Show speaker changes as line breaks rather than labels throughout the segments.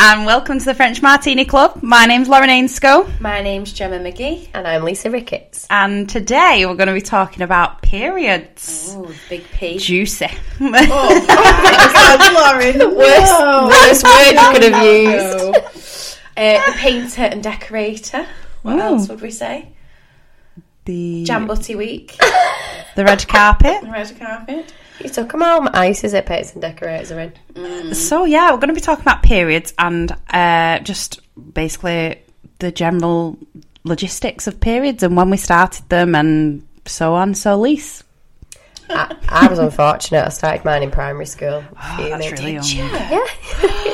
and welcome to the French Martini Club. My name's Lauren Ainscoe,
My name's Gemma McGee.
And I'm Lisa Ricketts.
and today we're going to be talking about periods.
Ooh, big P.
Juicy. Oh.
Lauren.
Worst, worst word you could have used.
Uh, painter and decorator. What else would we say?
the
Jambutty week.
the red carpet.
Red carpet.
You took them home. Ice is at Pets and Decorators are in.
So yeah, we're going to be talking about periods and uh, just basically the general logistics of periods and when we started them and so on. So Lise,
I, I was unfortunate. I started mine in primary school.
oh, that's
Fuming.
really young.
Yeah.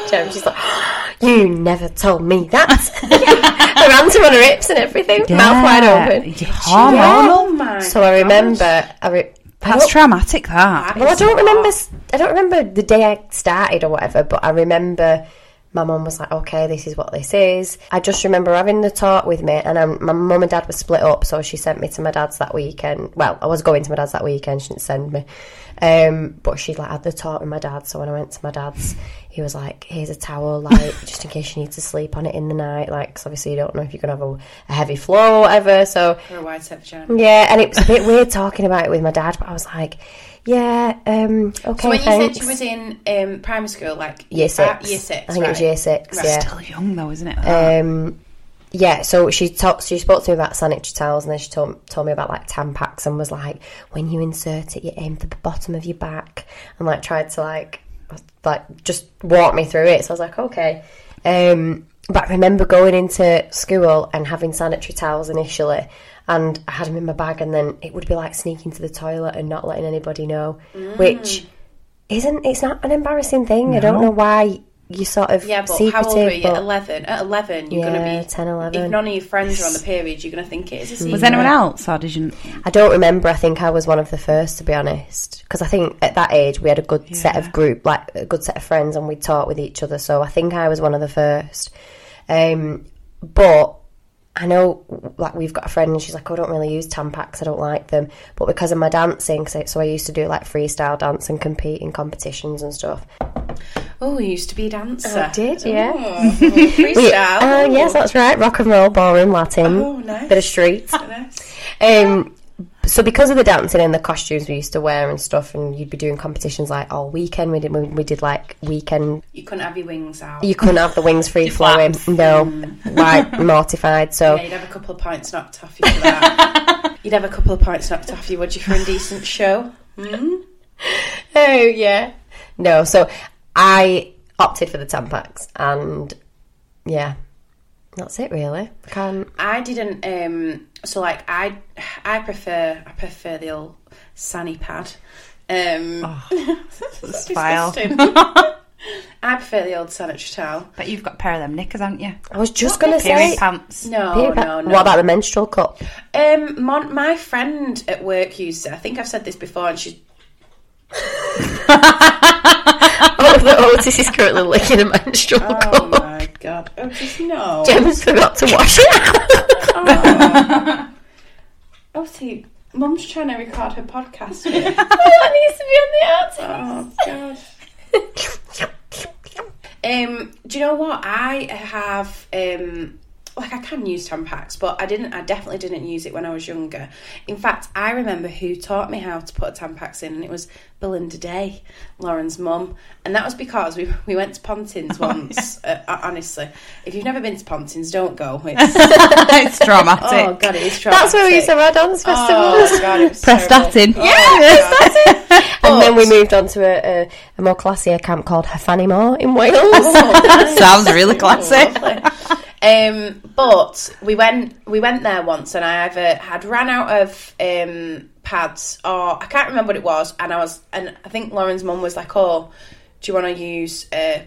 Gem, she's like, you never told me that. I ran to on her hips and everything, mouth wide open.
Yeah, hormonal.
Oh my.
So I remember, I re- I
That's
don't-
traumatic. That.
Well, I don't remember. s- I don't remember the day I started or whatever, but I remember my mum was like, "Okay, this is what this is." I just remember having the talk with me, and um my mum and dad were split up, so she sent me to my dad's that weekend. Well, I was going to my dad's that weekend. She didn't send me, um, but she like had the talk with my dad. So when I went to my dad's, he was like, "Here's a towel, like just in case you need to sleep on it in the night, like 'cause obviously you don't know if you're gonna have a, a heavy floor or whatever." So
For a wide set pajama.
yeah, and it was a bit weird talking about it with my dad, but I was like, yeah, um, okay,
So when you
thanks.
said you was in um, primary school, like
year
uh,
six.
year six,
I think it was
right.
year six,
Right.
yeah.
Still young though, isn't it?
Um, yeah, so she talked. She spoke to me about sanitary towels, and then she told told me about like Tampax, and was like, when you insert it, you aim for the bottom of your back, and like tried to like like just walk me through it. So I was like, okay. Um, but I remember going into school and having sanitary towels initially, and I had them in my bag, and then it would be like sneaking to the toilet and not letting anybody know,
Mm.
which isn't. It's not an embarrassing thing. I don't know why. You sort of
Yeah, but
secretive,
how old were you?
but-
At eleven. At eleven, you're
Yeah,
going to be
10, 11.
If none of your friends are on the period, you're going to think it is a
Mm.
secret.
was anyone else, or did you?
I don't remember. I think I was one of the first, to be honest, because I think at that age we had a good set of group, like a good set of friends, and we talked with each other. So I think I was one of the first. Um, but I know, like, we've got a friend, and she's like, "Oh, "I don't really use Tampax. I don't like them." But because of my dancing, 'cause I- so I used to do like freestyle dance and compete in competitions and stuff.
Oh, you used to be a dancer.
I did, yeah.
Oh, freestyle.
Oh, yes, that's right. Rock and roll, ballroom, Latin,
Oh, nice.
bit of street.
Nice.
Um, so because of the dancing and the costumes we used to wear and stuff, and you'd be doing competitions like all weekend. We did we, we did like weekend.
You couldn't have your wings out.
You couldn't have the wings free flowing. No, like mortified. So
Yeah, you'd have a couple of pints knocked off you for that. you'd have a couple of pints knocked off you, would you, for a decent show?
oh yeah, no. So I opted for the Tampax, and yeah, that's it really. Can't
I didn't. Um, so like I, I prefer I prefer the old sani pad. Um,
Oh,
that's
vile.
disgusting. I prefer the old sanitary towel.
But you've got a pair of them knickers, haven't you?
I was just gonna
Period
say.
pants.
No,
Period pa-
no, no.
What about the menstrual cup?
Um, mon- my friend at work used it. I think I've said this before, and she.
oh, Otis is currently licking a menstrual
Oh
cup.
my god! Oh, just no.
Jem's forgot to wash it.
Oh, see, Mum's trying to record her podcast. here.
needs to be on the outside.
oh gosh. Um, do you know what? I have um, like I can use Tampax, but I didn't. I definitely didn't use it when I was younger. In fact, I remember who taught me how to put a Tampax in, and it was Belinda Day, Lauren's mum, and that was because we we went to Pontins once. Uh, honestly, if you've never been to Pontins, don't go. It's,
it's dramatic.
oh god, it is traumatic.
That's where we used to have our dance festivals.
Oh god, it was
Press
terrible.
that in. Oh.
and then we moved on to a, a, a more classier camp called Hafanimore in Wales.
that sounds really classy.
um, but we went we went there once, and I either had ran out of um, pads or I can't remember what it was, and I was and I think Lauren's mum was like, "Oh, do you want to use uh,
it a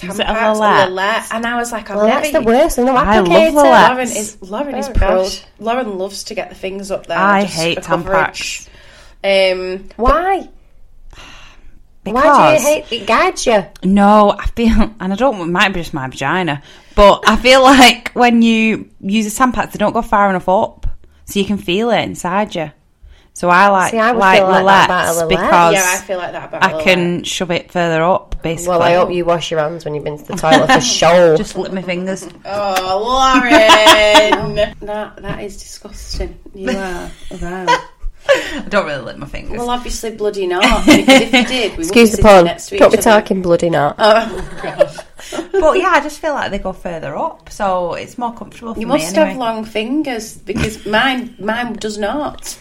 Tampax or
Lillet?
Lillet?" And I was like, "I've
well,
never."
that's the
used-
worst. And no
I love
applicator.
Lillet.
Lauren is Lauren is
Oh,
proud.
gosh.
Lauren loves to get the things up there.
I
just
hate
for coverage. Um,
Why? Why
Because
do you hate it? Guides you.
no, I feel, and I don't. It might be just my vagina, but I feel like when you use a Tampax, they don't go far enough up, so you can feel it inside you. So I like
See, I would
like
feel like that about a
Lillettes
Lillette.
because
yeah, I feel like that about.
I
Lillet.
can shove it further up. basically.
Well, I hope you wash your hands when you've been to the toilet for sure.
just lick my fingers.
Oh, Lauren! that, that is disgusting. You are. Wow.
I don't really lick my fingers.
Well, obviously, bloody not. Because if you did, we
Excuse
would
the pun.
Next to each
Don't be
other.
talking bloody not.
Oh, God.
but yeah, I just feel like they go further up, so it's more comfortable for
You
me.
must
anyway.
have long fingers because mine mine does not.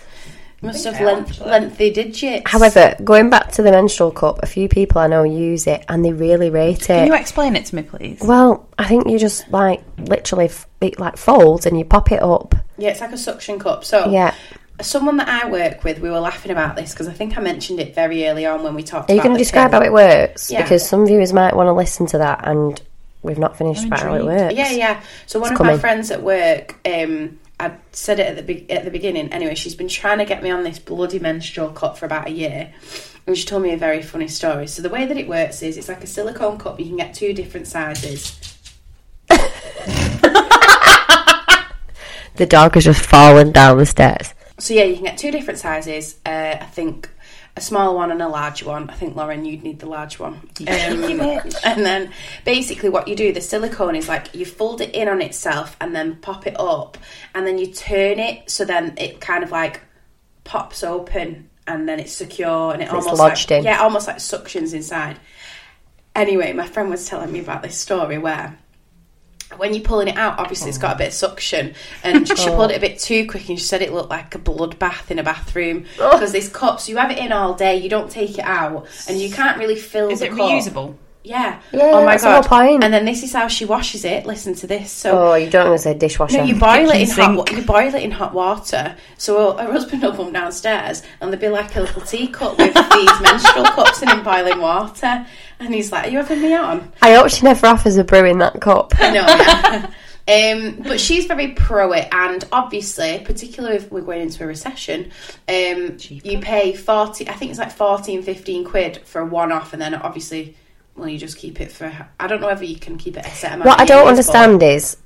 You must have
they are,
length,
actually.
lengthy digits.
However, going back to the menstrual cup, a few people I know use it and they really rate
Can
it.
you explain it to me, please?
well, I think you just like literally f- it like folds and you pop it up.
yeah, it's like a suction cup. So
Yeah.
Someone that I work with, we were laughing about this because I think I mentioned it very early on when we talked.
Are you
going to
describe how it works?
Yeah.
Because some viewers might want to listen to that and we've not finished about how it
intrigued.
works.
Yeah, yeah. So one
It's
of
coming.
my friends at work, um, I said it at the be- at the beginning. Anyway, she's been trying to get me on this bloody menstrual cup for about a year, and she told me a very funny story. So the way that it works is, it's like a silicone cup. You can get two different sizes.
The dog has just fallen down the stairs.
So yeah, you can get two different sizes. Uh, I think a small one and a large one. I think Lauren, you'd need the large one. Um, and then basically, what you do, the silicone is like you fold it in on itself and then pop it up, and then you turn it so then it kind of like pops open and then it's secure and it almost
lodged
like,
in.
yeah, almost like suctions inside. Anyway, my friend was telling me about this story where when you're pulling it out, obviously it's got a bit of suction, and she
Oh.
pulled it a bit too quick, and she said it looked like a bloodbath in a bathroom
Oh.
because this cup. So you have it in all day, you don't take it out, and you can't really fill.
Is
the
it
cup.
reusable?
Yeah.
Yeah,
oh my
that's the
god.
whole point.
And then this is how she washes it. Listen to this. So
Oh, you don't want to say dishwasher.
no, you boil it
Kitchen
in hot.
sink.
wa- You boil it in hot water. So her, her husband will come downstairs, and there'll be like a little teacup with these menstrual cups and in boiling water. And he's like, "Are you having me on?"
I hope she never offers a brew in that cup.
I know. yeah. Um, but she's very pro it, and obviously, particularly if we're going into a recession, um, you pay forty. I think it's like 14, 15 quid for a one-off, and then obviously, well, you just keep it for. I don't know whether you can keep it a set amount.
What I
of
don't
years, but-
understand is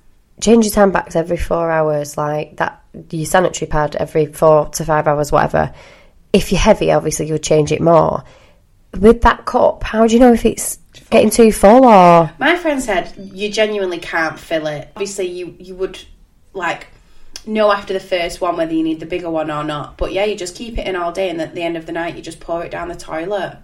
change your tampons every four hours, like that your sanitary pad every four to five hours, whatever. If you're heavy, obviously you'll change it more. With that cup, how do you know if it's getting too full or
My friend said you genuinely can't fill it. Obviously, you you would like know after the first one whether you need the bigger one or not. But yeah, you just keep it in all day, and at the end of the night, you just pour it down the toilet.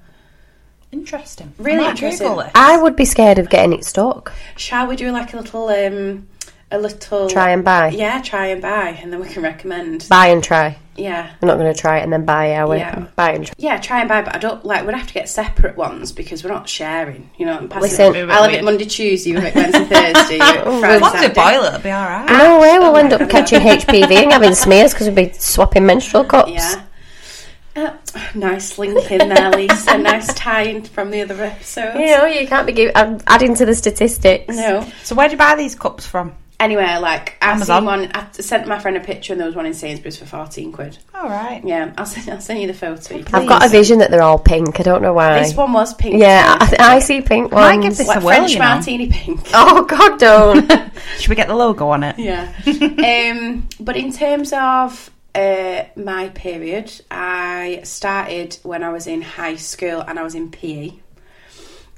Interesting.
Really
I might
interesting.
Google it.
I would be scared of getting it stuck.
Shall we do like a little um a little
Try and buy.
Yeah, try and buy, and then we can recommend.
Buy and try.
Yeah.
I'm not going to try it and then buy it. I went
Yeah.
buy and try.
Yeah, try and buy, but I don't like. We'd have to get separate ones because we're not sharing. You know, I'm passing.
Listen-
it- I'll have it Monday, Tuesday, you have it Wednesday, Thursday, you have it Friday,
As long as they
Saturday.
boil it, it'll be all right.
No way, we'll end up catching HPV and having smears because we'll be swapping menstrual cups.
Yeah. Uh, nice link in there, Lisa. nice tie in from the other episode.
You know, you can't be give, I'm adding to the statistics.
No.
So where'd you buy these cups from?
Anyway, like I
Amazon.
seen one. I sent my friend a picture, and there was one in Sainsbury's for fourteen quid.
All right.
Yeah, I'll send. I'll send you the photo. You can-
I've got a vision that they're all pink. I don't know why.
This one was pink.
Yeah,
too.
I, I see pink ones.
might give this-
like
a whirl,
French
you know.
martini pink.
Oh God, don't!
Should we get the logo on it?
Yeah. um, but in terms of uh, my period, I started when I was in high school and I was in PE.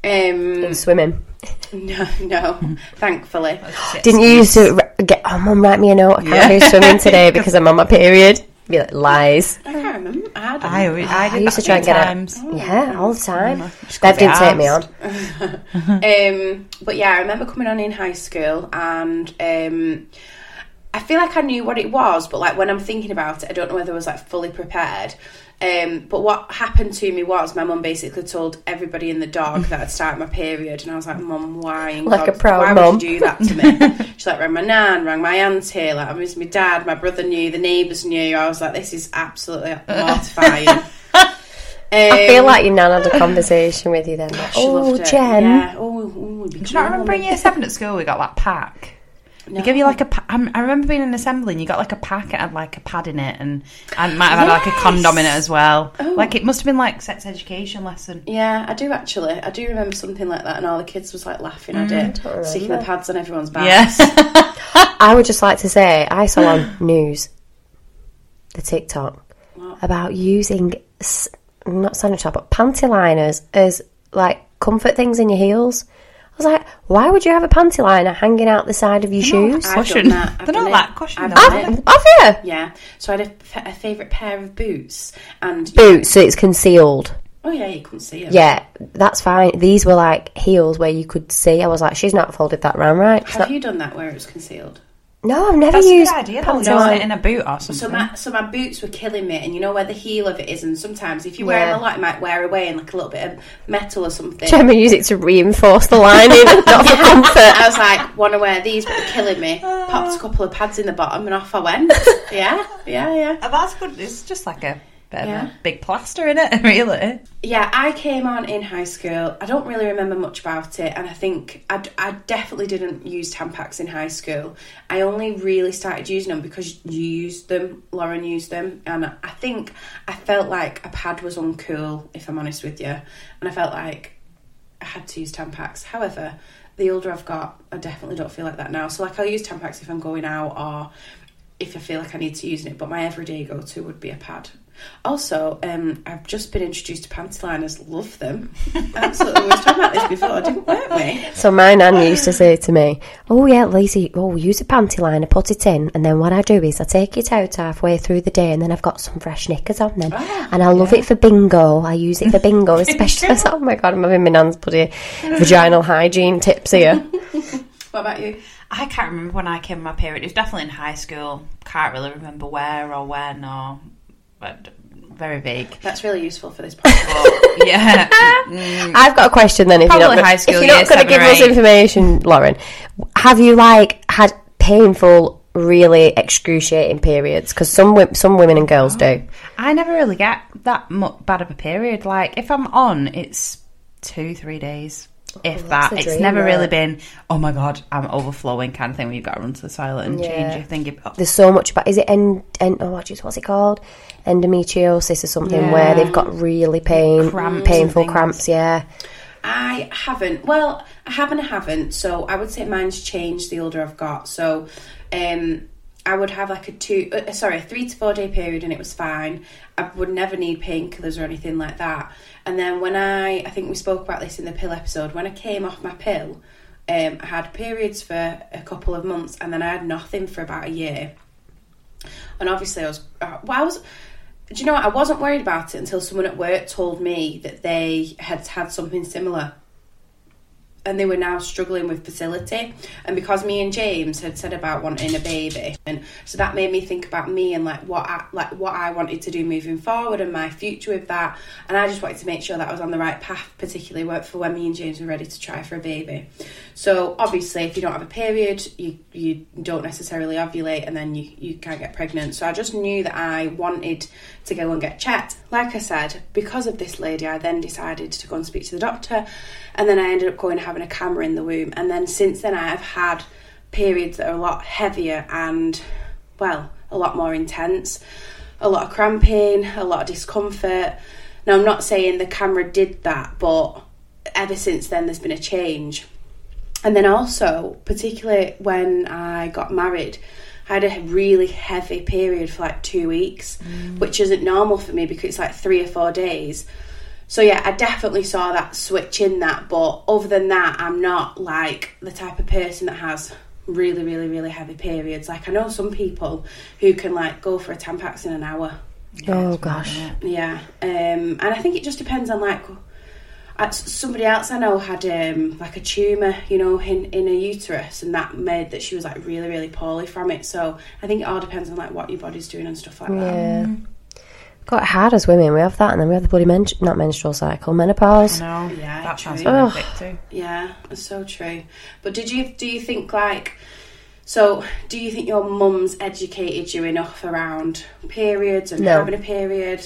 Um,
Swimming.
no, no, thankfully.
Didn't you used to re- get? Oh, mum, write me a note. I can't do swimming today because I'm on my period. Be like lies.
I can't remember. I don't
I, re- I,
I
did
used to
that
try and
few
get
times.
it. Yeah, all
Oh,
the time.
Just couldn't
Bev
be
didn't take me on.
arsed.
um, but yeah, I remember coming on in high school, and um, I feel like I knew what it was, but like when I'm thinking about it, I don't know whether I was like fully prepared. Um, but what happened to me was my mum basically told everybody in the dog that I'd start my period, and I was like, "Mum, why? in
Like a
God's-
proud
why
mum."
would you do that to me?" she like rang my nan, rang my auntie, like I was my dad, my brother knew, the neighbours knew. I was like, "This is absolutely mortifying." Um,
I
Um,
feel like your nan had a conversation with you then. Like,
She
oh,
loved it.
Jen.
Yeah. Oh, ooh, it'd be
Do you not remember in
great.
year seven at school we got that pack? They give you like a. Pa- I'm- I remember being in assembly and you got like a pack that had like a pad in it and and might have had like a condom in it as well. Like it must have been like sex education lesson.
Yeah, I do actually. I do remember something like that, and all the kids was like laughing at
Mm,
it, sticking the pads on everyone's back.
Yes.
I would just like to say I saw on news the TikTok about using s- not sanitary but panty liners as like comfort things in your heels. I was like, why would you have a panty liner hanging out the side of your shoes?
I've
Cushion.
done that. I've
They're
done
not
it.
like cushion,
I've
though,
done
are
it.
Have you?
Yeah. So I had a f- a, favourite pair of boots, and
Boots, so it's concealed.
oh yeah, you couldn't see them.
Yeah, that's fine. These were like heels where you could see. I was like, she's not folded that round right. She's
Have
not-
you done that where it was concealed?
no, I've never
That's a good
used
idea. Though,
panty
no,
liner.
it in a boot or something.
So my so my boots were killing me, and you know where the heel of it is. And sometimes if you're wearing
Yeah.
a lot, it might wear away and like a little bit of metal or something.
Gemma used it to reinforce the lining, not for comfort.
I was like, want to wear these, but they're killing me. Popped a couple of pads in the bottom, and off I went. yeah, yeah, yeah,
Oh, that's good. It's just like a bit of
Yeah.
a big plaster in it, really.
yeah. I came on in high school. I don't really remember much about it, and I think I, d- I definitely didn't use Tampax in high school. I only really started using them because you used them, Lauren used them, and I think I felt like a pad was uncool. If I'm honest with you, and I felt like I had to use Tampax. However, the older I've got, I definitely don't feel like that now. So, like, I'll use Tampax if I'm going out or if I feel like I need to use it, but my everyday go to would be a pad. Also, um, I've just been introduced to panty liners. Love them. Absolutely. We were talking about this before, didn't we?
So my nan used to say to me, "Oh yeah, Lizzie, oh use a panty liner, put it in, and then what I do is I take it out halfway through the day, and then I've got some fresh knickers on then,
Ah,
and I love it for bingo. I use it for bingo, especially. oh my god, I'm having my nan's bloody vaginal hygiene tips here.
What about you?
I can't remember when I came on my period. It was definitely in high school. Can't really remember where or when or. But very vague.
That's really useful for this podcast.
But yeah.
I've got a question then. If you're
Probably
not, gonna-
high school,
if you're
year
not going
seven
to give
or
us
eight.
information, Lauren, have you like had painful, really excruciating periods? Because some wo- some women and girls
Oh.
do.
I never really get that mu bad of a period. Like if I'm on, it's two, three days. If
that's
that,
the
it's
dream,
never
that.
really been. Oh my god, I'm overflowing kind of thing. Where you've got to run to the toilet and
Yeah.
change your thing. Oh,
There's so much about. Is it end? end oh, what is- what's it called? Endometriosis or something where
Yeah.
they've got really pain,
Cramps and
painful
things.
cramps. Yeah,
I haven't. Well, I haven't. I haven't. So I would say mine's changed the older I've got. So, um, I would have like a two, uh, sorry, a three to four day period, and it was fine. I would never need painkillers or anything like that. And then when I, I think we spoke about this in the pill episode. When I came off my pill, um, I had periods for a couple of months, and then I had nothing for about a year and obviously I was uh, well I was do you know what I wasn't worried about it until someone at work told me that they had had something similar and they were now struggling with fertility and because me and James had said about wanting a baby and so that made me think about me and like what I, like what I wanted to do moving forward and my future with that and I just wanted to make sure that I was on the right path particularly when- for when me and James were ready to try for a baby so obviously if you don't have a period you you don't necessarily ovulate and then you, you can't get pregnant so I just knew that I wanted to go and get checked like I said because of this lady I then decided to go and speak to the doctor and then I ended up going and having a camera in the womb. And then since then, I have had periods that are a lot heavier and, well, a lot more intense, a lot of cramping, a lot of discomfort. Now, I'm not saying the camera did that, but ever since then, there's been a change. And then also, particularly when I got married, I had a really heavy period for like two weeks, which isn't normal for me because it's like three or four days. So yeah, I definitely saw that switch in that, but other than that, I'm not like the type of person that has really, really, really heavy periods. Like I know some people who can like go for a Tampax in an hour.
oh gosh.
Yeah, um, and I think it just depends on like I- s- somebody else I know had um, like a tumor, you know, in in her uterus, and that made that she was like really really poorly from it. So I think it all depends on like what your body's doing and stuff like that.
Yeah. Quite hard as women. We have that, and then we have the bloody men- not menstrual cycle, menopause.
no,
Yeah,
that sounds
true.
horrific too.
Yeah, that's so true. But did you do you think like so do you think your mum's educated you enough around periods and
No.
having a period?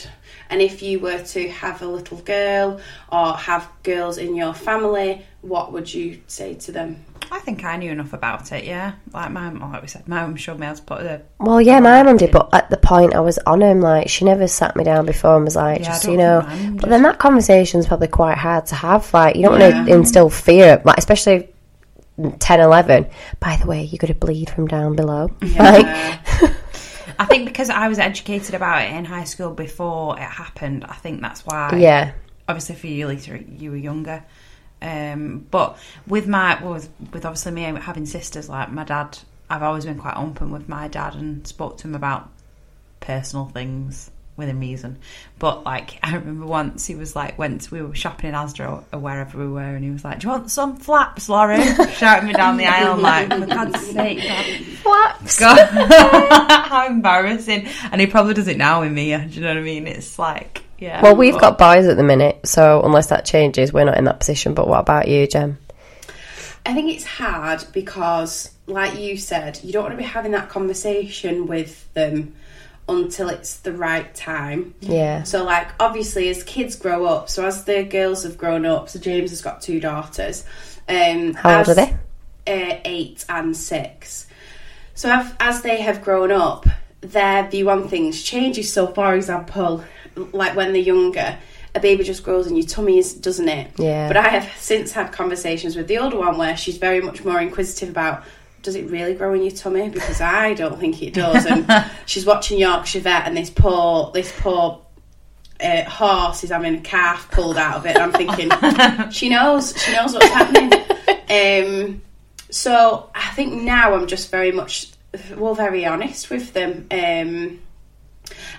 And if you were to have a little girl or have girls in your family, what would you say to them?
I think I knew enough about it. Yeah, like my mum, like we said, my mum showed me how to put the.
Well, yeah, my mum did, but at the point I was on him, like she never sat me down before and was like,
Yeah, I
just
don't
you know.
think mine
But then that conversation's probably quite hard to have. Like you don't want to
Yeah.
instill fear, like especially 10, 11. By the way, you're going to bleed from down below. Like,
Yeah.
I think because I was educated about it in high school before it happened. I think that's why.
yeah,
Obviously, for you, Lisa, you were younger. Um, but with my well, with, with obviously me having sisters, like my dad, I've always been quite open with my dad and spoke to him about personal things within reason. But like I remember once he was like once we were shopping in Asda or wherever we were and he was like, Do you want some flaps, Lauren? Shouting me down the aisle like, for God's sake, Dad."
Flaps.
God how embarrassing. And he probably does it now with me, do you know what I mean? It's like yeah.
Well, we've
but-
got boys at the minute, so unless that changes, we're not in that position. But what about you, Jem?
I think it's hard because, like you said, you don't want to be having that conversation with them until it's the right time.
Yeah.
So, like, obviously, as kids grow up, so as the girls have grown up, so James has got two daughters. Um,
How old
as-
are
Uh, eight and six. So, af- as they have grown up, their view on things changes. So, for example, like when they're younger, a baby just grows in your tummy, is- doesn't it?
Yeah.
But I have since had conversations with the older one where she's very much more inquisitive about does it really grow in your tummy? Because I don't think it does. And she's watching Yorkshire Vet, and this poor this poor uh, horse is having a calf pulled out of it. And I'm thinking she knows she knows what's happening. Um, so I think now I'm just very much well very honest with them. Um,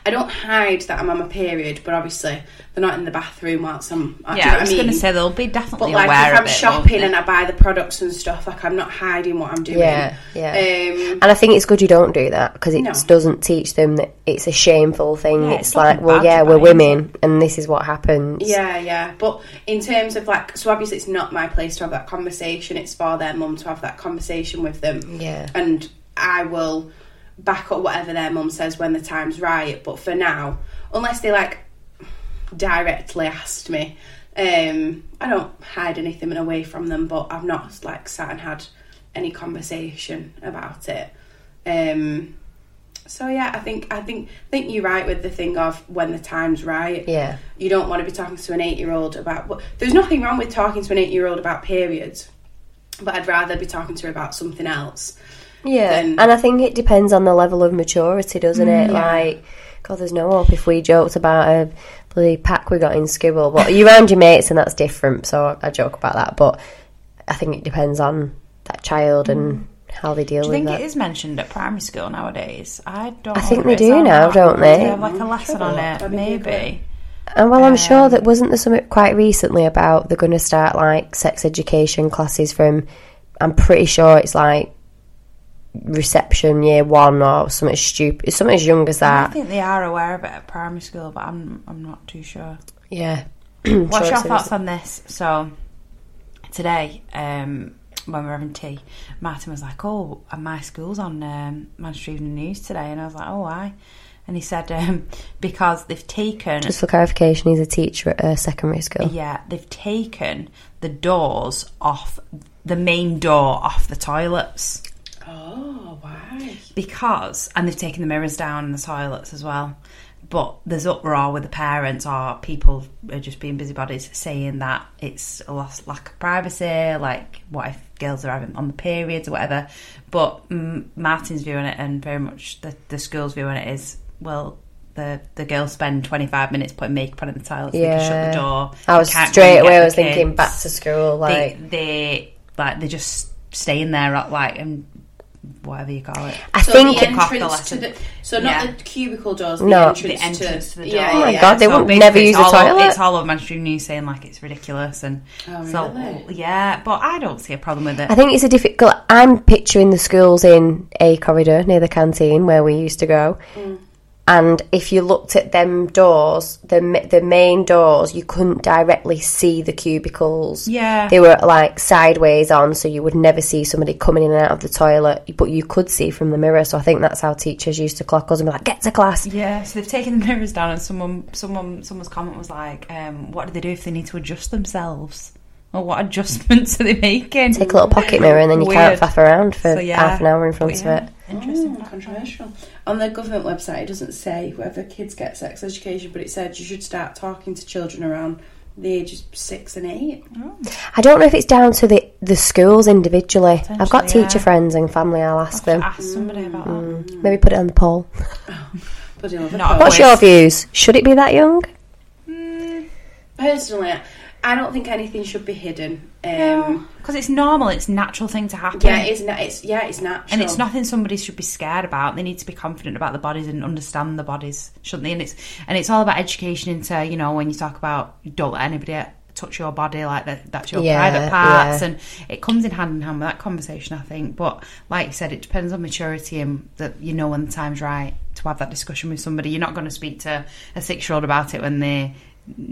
I don't hide that I'm on my period, but obviously they're not in the bathroom whilst I'm. do you know
Yeah,
what
I was
mean?
gonna say they'll be
But
definitely
like
aware
if I'm
of it.
shopping
won't
and I buy the products and stuff, like I'm not hiding what I'm doing.
Yeah, yeah.
Um,
And I think it's good you don't do that because it
No.
doesn't teach them that it's a shameful thing.
Yeah,
it's
it's
like,
nothing
well,
bad
yeah,
about
we're
it,
women, and this is what happens.
yeah, yeah. But in terms of like, so obviously it's not my place to have that conversation. It's for their mum to have that conversation with them.
Yeah.
And I will back up whatever their mum says when the time's right. But for now, unless they like directly asked me, um, I don't hide anything away from them. But I've not like sat and had any conversation about it. Um, so yeah, I think I think think you're right with the thing of when the time's right.
Yeah.
You don't want to be talking to an eight year old about what there's nothing wrong with talking to an eight year old about periods. But I'd rather be talking to her about something else.
Yeah.
Then-
and I think it depends on the level of maturity, doesn't it? Like, God, there's no hope if we joked about a bloody pack we got in school. But you round your mates, and that's different. So I- I joke about that. But I think it depends on that child and how they deal
Do you
with
think
that.
it is mentioned at primary school nowadays? I don't.
I think
know
they
if
do
it's on
now,
that.
don't they?
They have like a lesson on
Sure.
it, maybe.
And well, I'm sure that wasn't there something quite recently about they're going to start like sex education classes from. I'm pretty sure it's like reception year one or something stupid, something as young as
I
that.
think they are aware of it at primary school, but I'm I'm not too sure.
Yeah.
What's
Sure,
your
so
thoughts on this? So today, um, when we were having tea, Martin was like, "Oh, and my school's on um, Manchester Evening News today," and I was like, "Oh, why?" And he said, um, "Because they've taken
Just for clarification, he's a teacher at a secondary school.
Yeah, they've taken the doors off the main door off the toilets
Oh, why?
because, and they've taken the mirrors down in the toilets as well. But there's uproar with the parents or people are just being busybodies saying that it's a lost lack of privacy, like what if girls are having on the periods or whatever. But mm, Martin's view on it and very much the, the school's view on it is well, the the girls spend 25 minutes putting makeup on in the toilets, they can shut
Yeah.
the door.
I
they
was
can't go
straight
and get
away. I
the
was thinking
kids
back to school, like
they, they like they just stay in there at like and whatever you call it.
I
So
think.
the
kick off the
entrance to
lesson.
the so not
Yeah.
the cubicle doors, the
No.
entrance,
The entrance to the door.
yeah,
Oh
my
yeah.
God, they wouldn't
basically
never use
it's
the
all over-
toilet?
it's all over Manchester News saying like it's ridiculous and
Oh,
so
really?
yeah, but I don't see a problem with it.
I think it's a difficult. I'm picturing the schools in a corridor near the canteen where we used to go, and if you looked at them doors, the ma- the main doors, you couldn't directly see the cubicles.
Yeah.
they were like sideways on, so you would never see somebody coming in and out of the toilet, but you could see from the mirror. So I think that's how teachers used to clock us and be like, "Get to class."
yeah, so they've taken the mirrors down, and someone, someone, someone's comment was like, um, "What do they do if they need to adjust themselves? Or what adjustments are they making?"
Take a little pocket mirror, and then you
Weird.
can't faff around for
So, yeah.
half an hour in
But
front
yeah,
of it.
Interesting.
Mm, controversial. On the government website, it doesn't say whether kids get sex education, but it said you should start talking to children around the ages of six and eight.
I don't know if it's down to the, the schools individually. I've got
Potentially,
teacher
yeah.
friends and family. I'll ask them. Mm.
Ask somebody about that.
Maybe put it on the poll.
But in other
Not a
parts-
What's your views? Should it be that young?
personally, I don't think anything should be hidden. Um,
Because it's normal, it's a natural thing to happen.
Yeah, it's na- it's yeah, it's natural.
and it's nothing somebody should be scared about. They need to be confident about the bodies and understand the bodies, shouldn't they? And it's and it's all about education into you know when you talk about don't let anybody touch your body like that that's your
Yeah,
private parts,
yeah.
and it comes in hand in hand with that conversation, I think. But like you said, it depends on maturity and that you know when the time's right to have that discussion with somebody. You're not going to speak to a six year old about it when they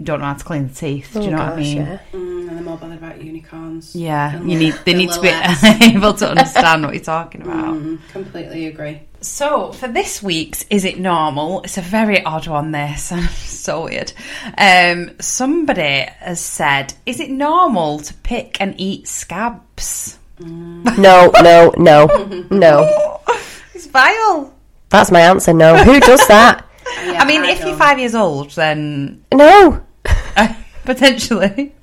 don't know how to clean the teeth. Do you know what I
Oh, gosh,
mean?
yeah.
Mm, and they're more bothered about unicorns.
Yeah,
And
you need they
the
need to be
lilacs.
able to understand what you're talking about.
Mm, completely agree.
So, for this week's Is It Normal? It's a very odd one, this. so weird. Um, somebody has said, Is it normal to pick and eat scabs?
No, no, no, no.
It's vile.
That's my answer. No. Who does that?
Yeah,
I mean,
I
if you're
don't.
five years old, then uh,
No.
potentially.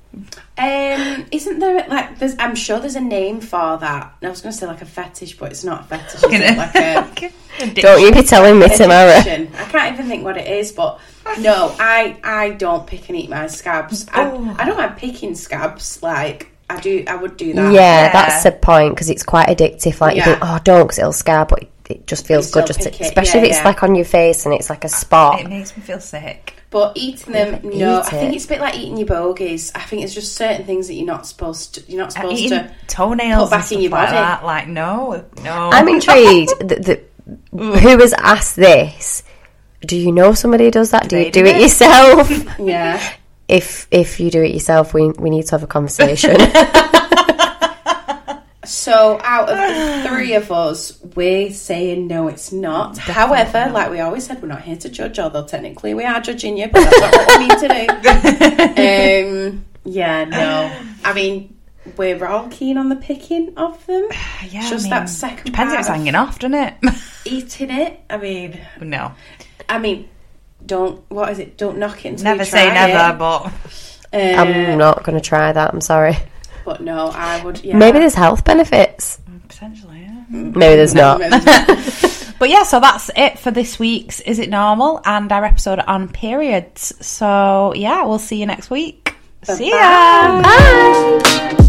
Um, isn't there like there's? I'm sure there's a name for that. I was going to say like a fetish, but it's not a fetish. Is it? Like a
Don't you be telling me tomorrow.
addiction. I can't even think what it is, but no, I I don't pick and eat my scabs. I,
Oh.
I don't mind picking scabs. Like I do, I would do
Yeah,
that.
that's the point because it's quite addictive. Like you
Yeah.
think, oh, don't, because it'll scar, but it, it just feels
still
good. Just
pick it,
especially
yeah,
if it's
yeah.
like on your face and it's like a spot.
It makes me feel sick.
But eating them,
Yeah,
no.
eat
I think
it.
it's a bit like eating your bogies. I think it's just certain things that you're not supposed to. You're not supposed
Uh, Eating
to.
toenails
put back
and stuff
in your
like
body.
that. Like, no, no.
I'm intrigued. that the,
Mm.
who has asked this? Do you know somebody who does that? Do
They
you do
do
it
it.
yourself?
Yeah.
if if you do it yourself, we we need to have a conversation.
So out of the three of us, we're saying no, it's not. However, like we always said, we're not here to judge. Although technically we are judging you, but that's not what we need to do. Um, yeah, no. I mean, we're all keen on the picking of them.
yeah, I
just
mean,
that second
Depends if
part
it's
of
hanging off, doesn't it?
eating it. I mean,
no.
I mean, don't. What is it? Don't knock it until
Never
you
say
try
never,
It.
but.
Uh,
I'm not going to try that. I'm sorry.
but no, I would. Yeah,
Maybe there's health benefits.
Potentially, yeah.
Maybe there's not.
Maybe there's
But yeah, so that's it for this week's Is It Normal and our episode on periods. So yeah, we'll see you next week. See ya!
Bye.